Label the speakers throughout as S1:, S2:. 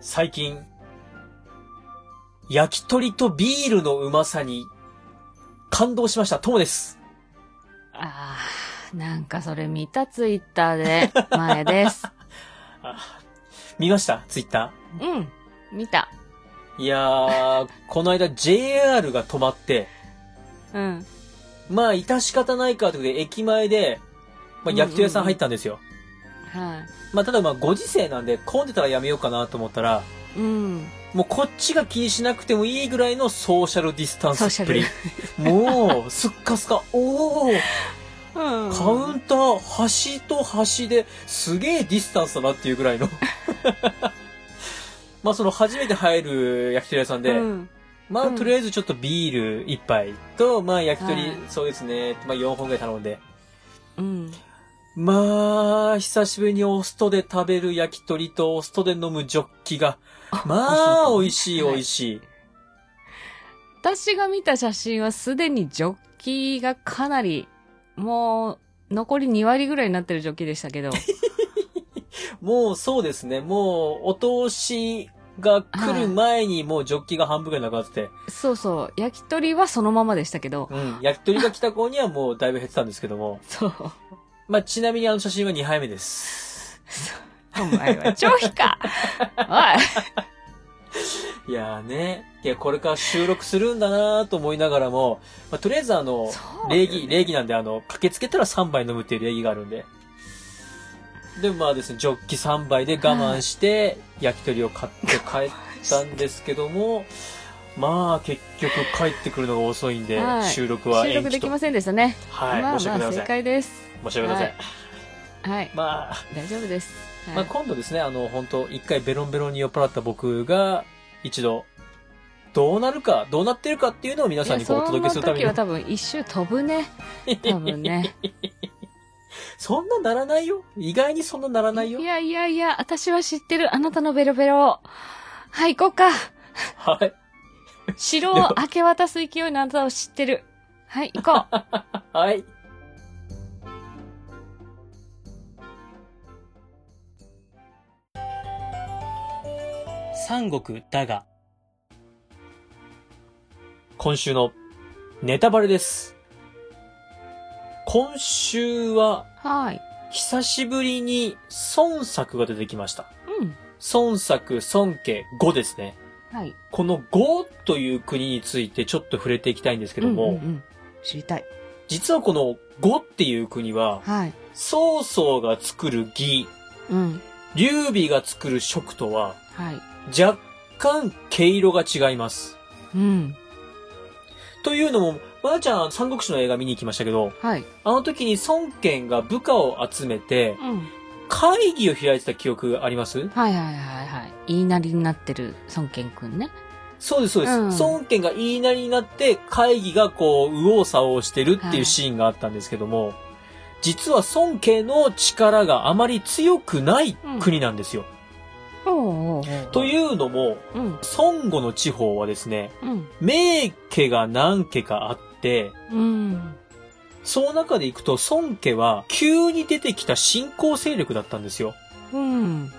S1: 最近、焼き鳥とビールのうまさに感動しました。ともです。
S2: ああ、なんかそれ見たツイッター で、前です。
S1: あ見ましたツイッタ
S2: うん、見た。
S1: ーいやー、この間 JR が止まって、
S2: うん。
S1: まあ、致し方ないかということで、駅前で、まあ、焼き鳥屋さん入ったんですよ。
S2: は
S1: まあ、ただまあ、ご時世なんで、混んでたらやめようかなと思ったら、
S2: い。うん。
S1: もうこっちが気にしなくてもいいぐらいのソーシャルディスタンスっぷり
S2: ソ。
S1: もう、すっかすか、おー、
S2: うん
S1: カウンター、端と端ですげえディスタンスだなっていうぐらいの。 まあその初めて入る焼き鳥屋さんで、
S2: うん。
S1: まあ
S2: うん
S1: とりあえずちょっとビール1杯と、まあ焼き鳥、
S2: はい
S1: そうですね、まあ4本ぐらい頼んで。
S2: うん。
S1: まあ、久しぶりにおストで食べる焼き鳥とおストで飲むジョッキ が、まあ、美味しい美味しい。
S2: 私が見た写真はすでにジョッキがかなり、もう、残り2割ぐらいになってるジョッキでした けど。
S1: もうそうですね、もうお通しが来る前にもうジョッキが半分ぐらいなくなってて、
S2: そうそう。焼き鳥はそのままでしたけど。
S1: うん。焼き鳥が来た頃にはもうだいぶ減ってたんですけども。
S2: そう。
S1: まあ、ちなみにあの写真は2杯目です。
S2: そうお前は超皮かお
S1: いやーね。いや、これから収録するんだなーと思いながらも、まあ、とりあえずあの
S2: い、そう
S1: 礼儀、礼儀なんであの、駆けつけたら3杯飲むっていう礼儀があるんで。で、まあですね、ジョッキ3杯で我慢して、焼き鳥を買って帰ったんですけども、まあ結局帰ってくるのが遅いんで、
S2: はい
S1: 収録は
S2: 収
S1: 延
S2: 録
S1: 期
S2: でき
S1: と。
S2: ませんでしたね。
S1: はい、
S2: まあ
S1: 申し
S2: ま
S1: 訳ございま
S2: あ正
S1: せん。
S2: 解です。
S1: 申し訳ございません。
S2: はいはい。
S1: まあ、
S2: 大丈夫です。はい
S1: まあ、今度ですね、あの、本当一回ベロンベロンに酔っ払った僕が、一度、どうなるか、どうなってるかっていうのを皆さんにこうお届けするため
S2: い
S1: に
S2: や。その時は多分一周飛ぶね。多分ね。
S1: そんなならないよ。意外にそんなならないよ
S2: い。やいやいや、私は知ってる。あなたのベロベロ。はい、行こうか。
S1: はい。
S2: 城を明け渡す勢いのあなたを知ってる。はい、行こう。
S1: はい。三国だが。今週のネタバレです。今週は、
S2: はい。
S1: 久しぶりに孫作が出てきました。
S2: うん。
S1: 孫作、孫家、語ですね。
S2: はい。
S1: この語という国についてちょっと触れていきたいんですけども、
S2: うんうんうん知りたい。
S1: 実はこの語っていう国は、
S2: はい。
S1: 曹操が作る義、
S2: うん。
S1: 劉備が作る食とは、
S2: はい。
S1: 若干毛色が違います。
S2: うん。
S1: というのも、まな、ちゃん、三国志の映画見に行きましたけど、
S2: はい。
S1: あの時に孫権が部下を集めて、
S2: うん。
S1: 会議を開いてた記憶あります
S2: はいはいはいはい。言いなりになってる孫健くんね。
S1: そうです、そうです。
S2: うん
S1: 孫権が言いなりになって、会議がこう、右往左往してるっていうシーンがあったんですけども、実は孫権の力があまり強くない国なんですよ。
S2: おうおうおう
S1: というのも、
S2: うん。
S1: 孫悟の地方はですね、
S2: うん。
S1: 名家が何家かあって、
S2: うん。
S1: その中でいくと孫家は急に出てきた新興勢力だったんですよ。
S2: うん。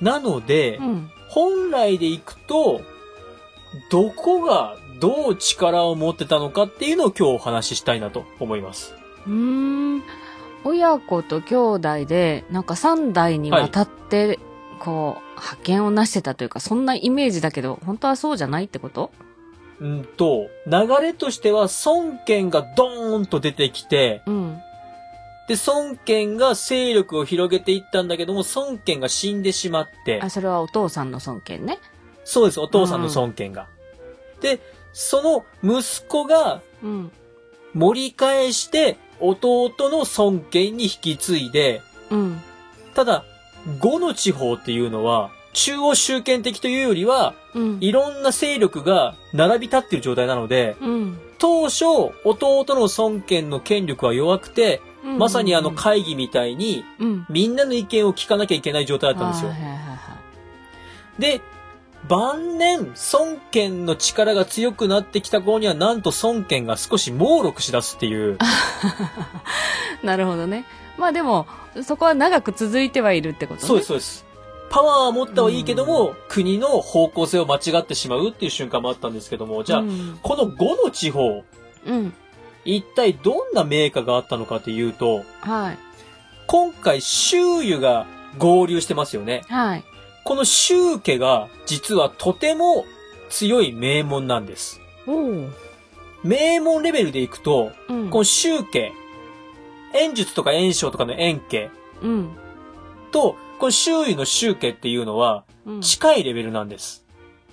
S1: なので、
S2: うん。
S1: 本来でいくと、どこがどう力を持ってたのかっていうのを今日お話ししたいなと思います。
S2: うーん親子と兄弟で、なんか三代にわたって、こう、派遣をなしてたというか、そんなイメージだけど、本当はそうじゃないってこと
S1: うんと、流れとしては孫権がドーンと出てきて、
S2: うん。
S1: で、孫権が勢力を広げていったんだけども、孫権が死んでしまって
S2: あ、、それはお父さんの尊敬ね。
S1: そうです、お父さんの孫権が。で、その息子が
S2: うん。
S1: 盛り返して、弟の孫権に引き継いで、
S2: うん。
S1: ただ、五の地方っていうのは、中央集権的というよりは、
S2: うん。
S1: いろんな勢力が並び立っている状態なので、
S2: うん。
S1: 当初、弟の孫権の権力は弱くて、
S2: うん
S1: まさにあの、会議みたいに、
S2: うん。
S1: みんなの意見を聞かなきゃいけない状態だったんですよ
S2: はい。はいはいはい。
S1: で、晩年、孫権の力が強くなってきた頃には、なんと孫権が少し猛録し出すっていう。
S2: なるほどね。まあでも、そこは長く続いてはいるってことね。
S1: そうです、そうです。パワー持ったはいいけども、国の方向性を間違ってしまうっていう瞬間もあったんですけども、じゃあ、
S2: うん。
S1: この5の地方、
S2: うん。
S1: 一体どんな名家があったのかというと、
S2: はい。
S1: 今回周遊が合流してますよね。
S2: はい。
S1: この周家が実はとても強い名門なんです。
S2: おう。
S1: 名門レベルでいくと、
S2: うん。
S1: この周家、演術とか演唱とかの演家
S2: うん。
S1: と、この周囲の周家っていうのは
S2: うん。
S1: 近いレベルなんです。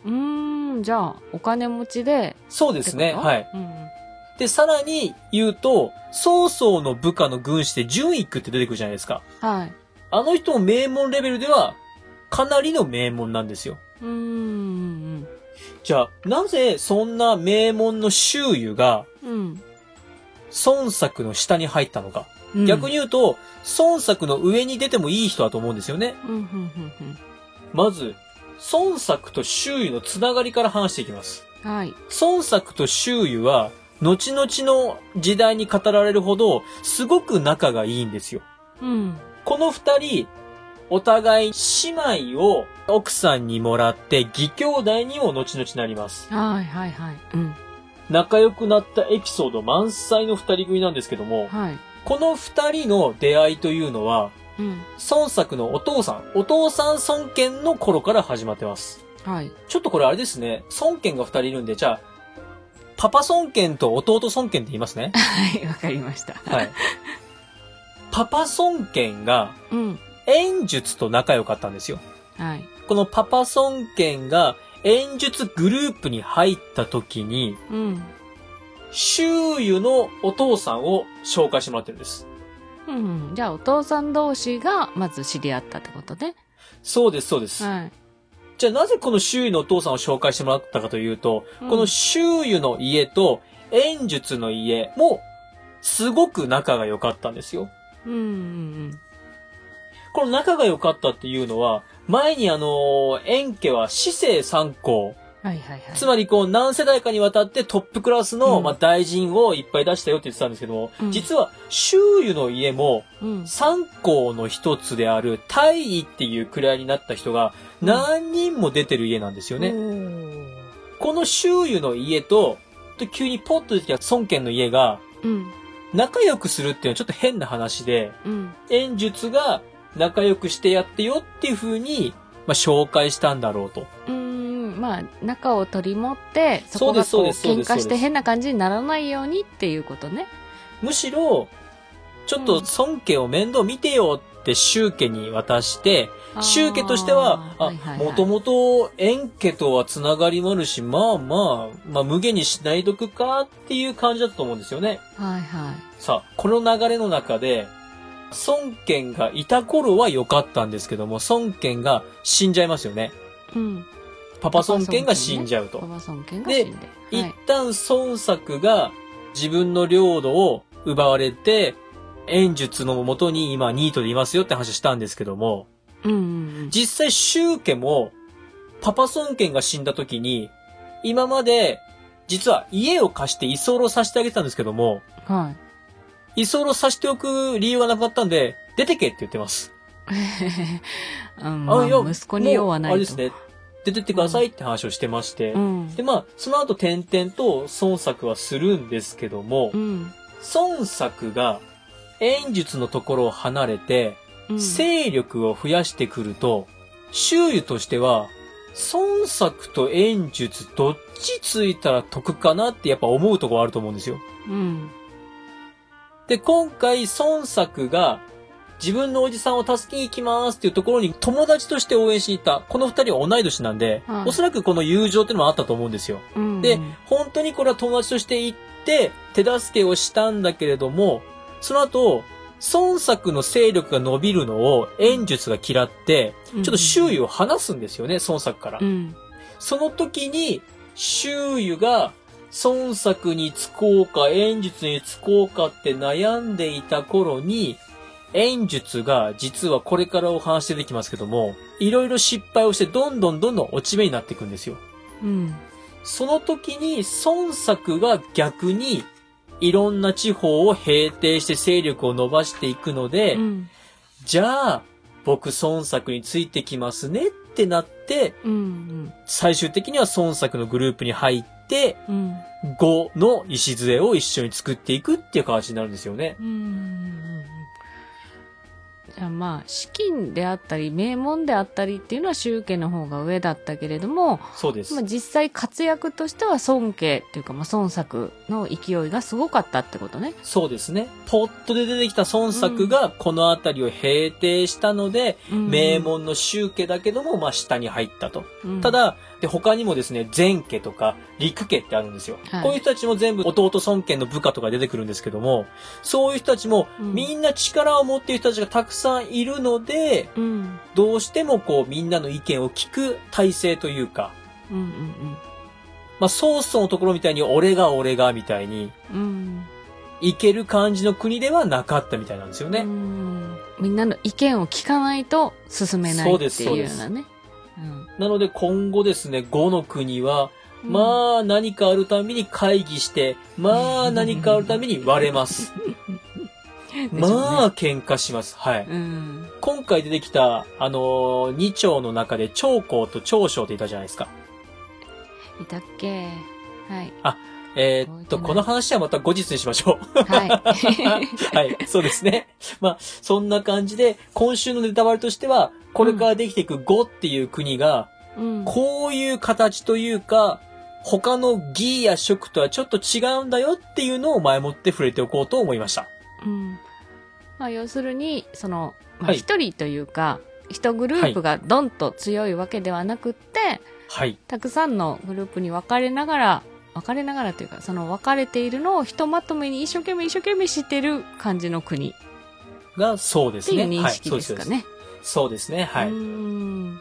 S2: うーん、じゃあ、お金持ちで。
S1: そうですね。
S2: ってこと
S1: はい。。
S2: うん。
S1: で、さらに言うと、曹操の部下の軍師で純一って出てくるじゃないですか。
S2: はい。
S1: あの人も名門レベルでは、かなりの名門なんですよ。
S2: うーん。
S1: じゃあ、なぜそんな名門の周囲が、
S2: うん。
S1: 孫作の下に入ったのか。
S2: うん。
S1: 逆に言うと、孫作の上に出てもいい人だと思うんですよね。
S2: うん。うん。うん。
S1: まず、孫作と周囲のつながりから話していきます。
S2: うん。はい。
S1: 孫作と周囲は、後々の時代に語られるほど、すごく仲がいいんですよ。
S2: うん。
S1: この二人、お互い姉妹を奥さんにもらって、義兄弟にも後々なります。
S2: はい、はい、はい。うん。
S1: 仲良くなったエピソード満載の二人組なんですけども、
S2: はい。
S1: この二人の出会いというのは、
S2: うん。
S1: 孫作のお父さん、お父さん孫権の頃から始まってます。
S2: はい。
S1: ちょっとこれあれですね、孫権が二人いるんで、じゃあ、パパ孫権と弟孫権って言いますね。
S2: はい、わかりました。
S1: はい。パパ孫権が、
S2: うん。
S1: 演術と仲良かったんですよ。
S2: はい。
S1: このパパ孫権が演術グループに入った時に、
S2: うん。
S1: 周囲のお父さんを紹介してもらってるんです。
S2: うん。じゃあ、お父さん同士が、まず知り合ったってことね。
S1: そうです、そうです。
S2: はい。
S1: じゃあなぜこの周囲のお父さんを紹介してもらったかというと、
S2: うん
S1: この周囲の家と演術の家もすごく仲が良かったんですよ。
S2: うん。うん
S1: この仲が良かったっていうのは、前にあの、円家は市政三公、
S2: うん。はい、はい、はい。
S1: つまりこう何世代かにわたってトップクラスの、
S2: うん
S1: まあ、大臣をいっぱい出したよって言ってたんですけども、
S2: うん
S1: 実は周囲の家も
S2: うん。
S1: 三公の一つである大尉っていう位になった人が
S2: うん
S1: 何人も出てる家なんですよね。
S2: ね。
S1: この周囲の家と、と急にポッと出てきた孫権の家が、
S2: うん。
S1: 仲良くするっていうのはちょっと変な話で、
S2: うん。
S1: 演術が仲良くしてやってよっていう風に、まあ、紹介したんだろうと。
S2: うーんまあ中を取り持ってそこ
S1: そうで
S2: が
S1: すそ
S2: こ
S1: う
S2: う
S1: ですそう
S2: 喧
S1: ですそう
S2: 嘩
S1: です
S2: して変な感じにならないようにっていうことね
S1: むしろ、ちょっと孫権を面倒見てよって周家に渡して、周家としては、あ、もと
S2: も
S1: もと円家とはつながりもあるし、まあまあ、まあ無限にしないどくかっていう感じだったと思うんですよね。
S2: はいはい
S1: さあ、この流れの中で、孫権がいた頃は良かったんですけども、孫権が死んじゃいますよね。
S2: うん
S1: パパ孫権が死んじゃう
S2: お
S1: と。
S2: ばさん剣が死んでは
S1: 一
S2: い
S1: 旦孫作が自分の領土を奪われて、演術のもとに今ニートでいますよって話したんですけども、
S2: うんうん
S1: 実際周家も、パパ孫権が死んだ時に、今まで、実は家を貸して居候させてあげてたんですけども、
S2: うんはい
S1: 居候させておく理由がなくなったんで、出てけって言ってます。
S2: うんまあ
S1: よ
S2: 息子に用はない
S1: も
S2: と
S1: うあれですね。出てってくださいって話をしてまして。
S2: うん
S1: で、まあ、その後点々と孫作はするんですけども、
S2: うん
S1: 孫作が演術のところを離れて、
S2: うん
S1: 勢力を増やしてくると、周囲としては、孫作と演術どっちついたら得かなってやっぱ思うところあると思うんですよ。
S2: うん
S1: で、今回、孫作が、自分のおじさんを助けに行きますっていうところに友達として応援しに行った。この二人は同い年なんで、
S2: はい
S1: おそらくこの友情ってのもあったと思うんですよ。
S2: うん
S1: で、本当にこれは友達として行って、手助けをしたんだけれども、その後、孫作の勢力が伸びるのを演術が嫌って、
S2: ちょ
S1: ちょっと周囲を離すんですよね、孫作から
S2: う。ん
S1: その時に、周囲が、孫作につこうか、演術につこうかって悩んでいた頃に、演術が実はこれからお話出てきますけども、いろいろ失敗をしてどんどんどんどん落ち目になっていくんですよ。
S2: うん
S1: その時に孫作が逆に、いろんな地方を平定して勢力を伸ばしていくので、
S2: うん
S1: じゃあ、僕孫作についてきますねってなって、
S2: うん
S1: 最終的には孫作のグループに入って、
S2: うんうん
S1: 5の礎を一緒に作っていくっていう形になるんですよね。
S2: うんうんじゃあまあ資金であったり名門であったりっていうのは宗家の方が上だったけれども、
S1: そうです
S2: まあ、。実際活躍としては孫家っていうかまあ孫作の勢いがすごかったってことね。
S1: そうですね。ポットで出てきた孫作がこの辺りを平定したので、
S2: うん
S1: 名、門の宗家だけども、まあ下に入ったと。
S2: うん
S1: た、だ、で他にもですね、前家とか陸家ってあるんですよ。
S2: はい
S1: こういう人たちも全部弟孫家の部下とか出てくるんですけども、そういう人たちも
S2: うん
S1: みんな力を持っている人たちがたくさんいるので、
S2: うん、うん
S1: どうしてもこうみんなの意見を聞く体制というか、
S2: うんうん
S1: まあソースのところみたいに俺が俺がみたいに、
S2: うん
S1: いける感じの国ではなかったみたいなんですよね。
S2: うんみんなの意見を聞かないと進めない
S1: そう
S2: って
S1: です
S2: いうようなね。うん
S1: なので今後ですね、5の国は、
S2: うん
S1: まあ何かあるたびに会議して、まあ何かあるたびに割れます。
S2: でしょうね
S1: まあ喧嘩します。はい。
S2: うん
S1: 今回出てきた、あのー、2丁の中で長江と長将っていたじゃないですか。
S2: いたっけはい。
S1: えーっと、
S2: 覚えてない
S1: この話はまた後日にしま しょう。
S2: はい。
S1: はい、そうですね。まあ、そんな感じで、今週のネタバレとしては、これからできていく5っていう国が、
S2: うん
S1: こういう形というか、他の義や食とはちょっと違うんだよっていうのを前もって触れておこうと思いました。
S2: うんまあ、要するにそのまあ
S1: はい
S2: 一人というか、一グループがドンと強いわけではなくって、
S1: はい。
S2: たくさんのグループに分かれながら分かれながらというかその分かれているのをひとまとめに一生懸命一生懸命知ってる感じの国っ
S1: が、そうで
S2: て
S1: す
S2: い
S1: ね。
S2: う認識
S1: は
S2: で
S1: い、
S2: す
S1: そう
S2: か
S1: です。
S2: ね。
S1: そうですね。は
S2: う
S1: い。
S2: ん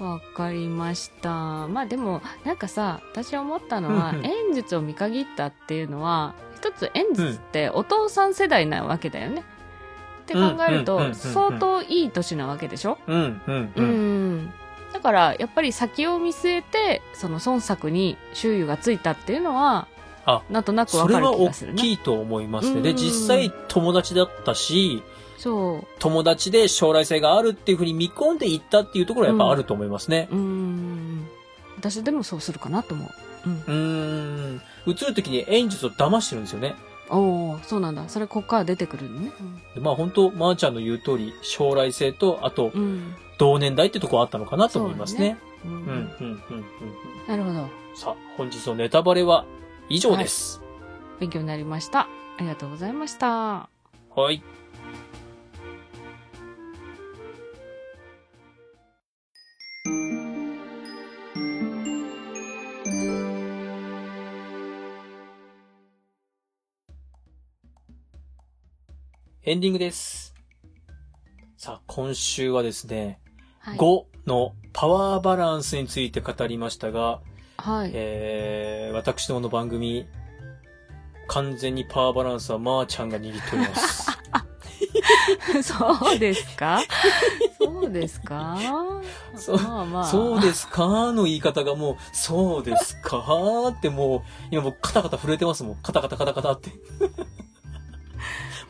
S2: わかりましたまあでもなんかさ私思ったの
S1: う
S2: は
S1: んうん
S2: 演術を見限ったっていうのは一つ演術ってお父さん世代なわけだよね。って考
S1: うんう
S2: える
S1: んうんうんう
S2: と
S1: ん
S2: 相当いい年なわけでしょ
S1: うん、うん、
S2: う
S1: うん。
S2: んだからやっぱり先を見据えてその孫作に周囲がついたっていうのは
S1: あ
S2: なんとなくわ
S1: それ
S2: かる
S1: は
S2: 気
S1: 大
S2: がするね。
S1: きいと思いますね。
S2: う
S1: で、
S2: ん
S1: 実際友達だったし、
S2: そ
S1: 友達で将来性があるっていうふうに見込んでいったっていうところはやっぱあると思いますね。
S2: ううん私でもそうするかなと思う。うん
S1: うーん。映るときに演術を騙してるんですよね。
S2: おおそうなんだそれここから出てくるのね。
S1: でまあ本当まーちゃんの言う通り、将来性と、あと
S2: う、ん
S1: 同年代ってとこはあったのかなと思いますね。
S2: うん
S1: うん、うん、うん、うん。
S2: なるほど
S1: さあ、本日のネタバレは以上です。
S2: 勉強になりましたありがとうございました。
S1: はい。エンディングです。さあ、今週はですね、
S2: はい、
S1: 5のパワーバランスについて語りましたが、
S2: はい、
S1: えー、私どもの番組、完全にパワーバランスはまーちゃんが握っております。
S2: そうですか そうですか
S1: そう
S2: まあまあ
S1: そうですかーの言い方がもう、そうですかーってもう、今僕カタカタ震えてますもん。カタカタカタカタって。
S2: い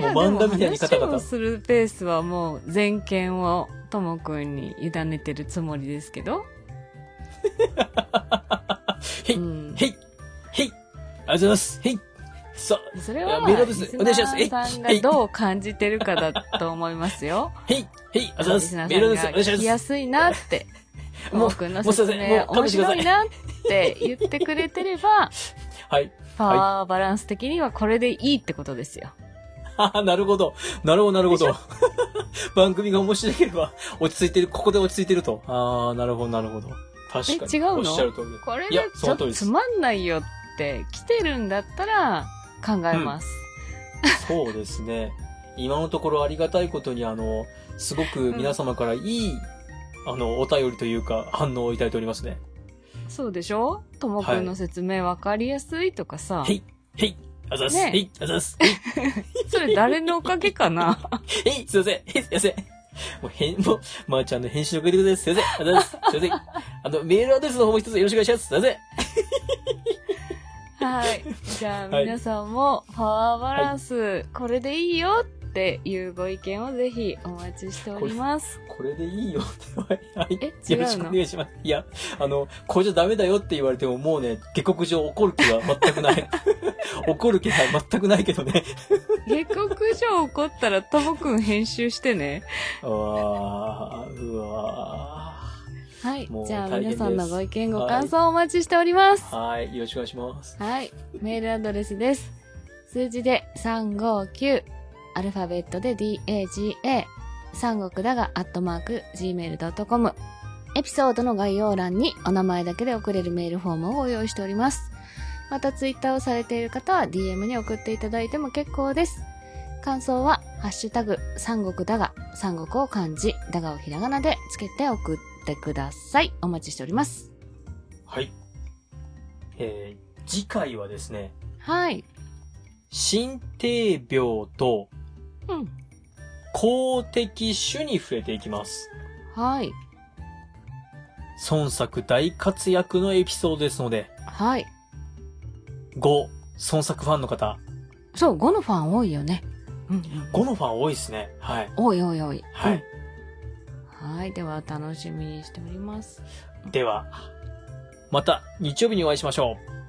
S1: もう
S2: や
S1: 漫画みたいにカタ
S2: で
S1: カ
S2: も話を
S1: タ。
S2: するペースはもう全権をともくんに委ねてるつもりですけど。
S1: へい
S2: うん
S1: へいへいありがとうございますへいさあ、
S2: それは、
S1: メールアド
S2: リ
S1: レス
S2: ス
S1: お
S2: ナ
S1: 願いします
S2: ーさんがどう感じてるかだと思いますよ。
S1: へいへ いありがとうご
S2: リ
S1: ざい
S2: ス
S1: ま
S2: ナ
S1: すメール
S2: ー
S1: です。
S2: さ
S1: お
S2: んが
S1: 願いしま
S2: 聞
S1: す
S2: きやすいなって、と
S1: も
S2: も
S1: う
S2: くんの
S1: もうすい
S2: 説
S1: ません
S2: 明
S1: もう勘
S2: 面
S1: 弁してくださ
S2: 白
S1: い
S2: いなって言ってくれてれば、
S1: はい。
S2: パワーバランス的にはこれでいいってことですよ。
S1: ああ、なるほど。なるほど、なるほど。 番組が面白ければ、落ち着いてる、ここで落ち着いてると。ああ、なるほど、なるほど。確かに。
S2: え違うの
S1: おっしゃる通りです
S2: これ
S1: いや
S2: で
S1: そ
S2: ち
S1: の
S2: ょっ
S1: 通り
S2: と
S1: です
S2: つまんないよって来てるんだったら考えます。
S1: そうですね。今のところありがたいことに、あの、すごく皆様からいい、あの、お便りというか、反応をいただいておりますね。
S2: そうでしょともくんの説明わかりやすいとかさ、
S1: はいへいあざっす、
S2: ね
S1: へいあざっす
S2: それ誰のおかげか な
S1: へいすいませんへいすいませんもう、へん、もう、まー、ちゃんの編集のおかげでございます。すいませんあざっすす いませんあの、メールアドレスの方も一つよろしくお願いします。すいません
S2: はい。じゃあ
S1: はい
S2: 皆さんもパワーバランス、これでいいよっっていうご意見をぜひお待ちしております。
S1: これでいいよって言われ、はい、
S2: え、違
S1: よろし
S2: う
S1: くお
S2: の
S1: 願いします。いや、あの、これじゃダメだよって言われてももうね、下克上怒る気は全く ない。怒る気は全くないけどね。
S2: 下克上起こったらともくん編集してね。
S1: ああ、うわ
S2: はい
S1: もう。
S2: じゃあ
S1: 大変で
S2: 皆
S1: す
S2: さんのご意見ご感想をお待ちしております。
S1: ー。はい、よろしくお願いします。
S2: はい。メールアドレスです。数字で359、アルファベットで DAGA、三国だが、アットマーク、gmail.com。エピソードの概要欄にお名前だけで送れるメールフォームをご用意しております。また、ツイッターをされている方は DM に送っていただいても結構です。感想は、ハッシュタグ、三国だが、三国を漢字、だがをひらがなでつけて送ってください。お待ちしております。
S1: はい。えー、次回はですね、
S2: はい。
S1: 心底病と
S2: うん。
S1: 公的種に触れていきます。
S2: はい。
S1: 孫作大活躍のエピソードですので、
S2: はい。
S1: 5、孫作ファンの方、
S2: そう、5のファン多いよね。うん、
S1: 5のファン多いですね。はい。
S2: 多い多い多い。
S1: はい。
S2: うん。はい。では、楽しみにしております。
S1: では、また日曜日にお会いしましょう。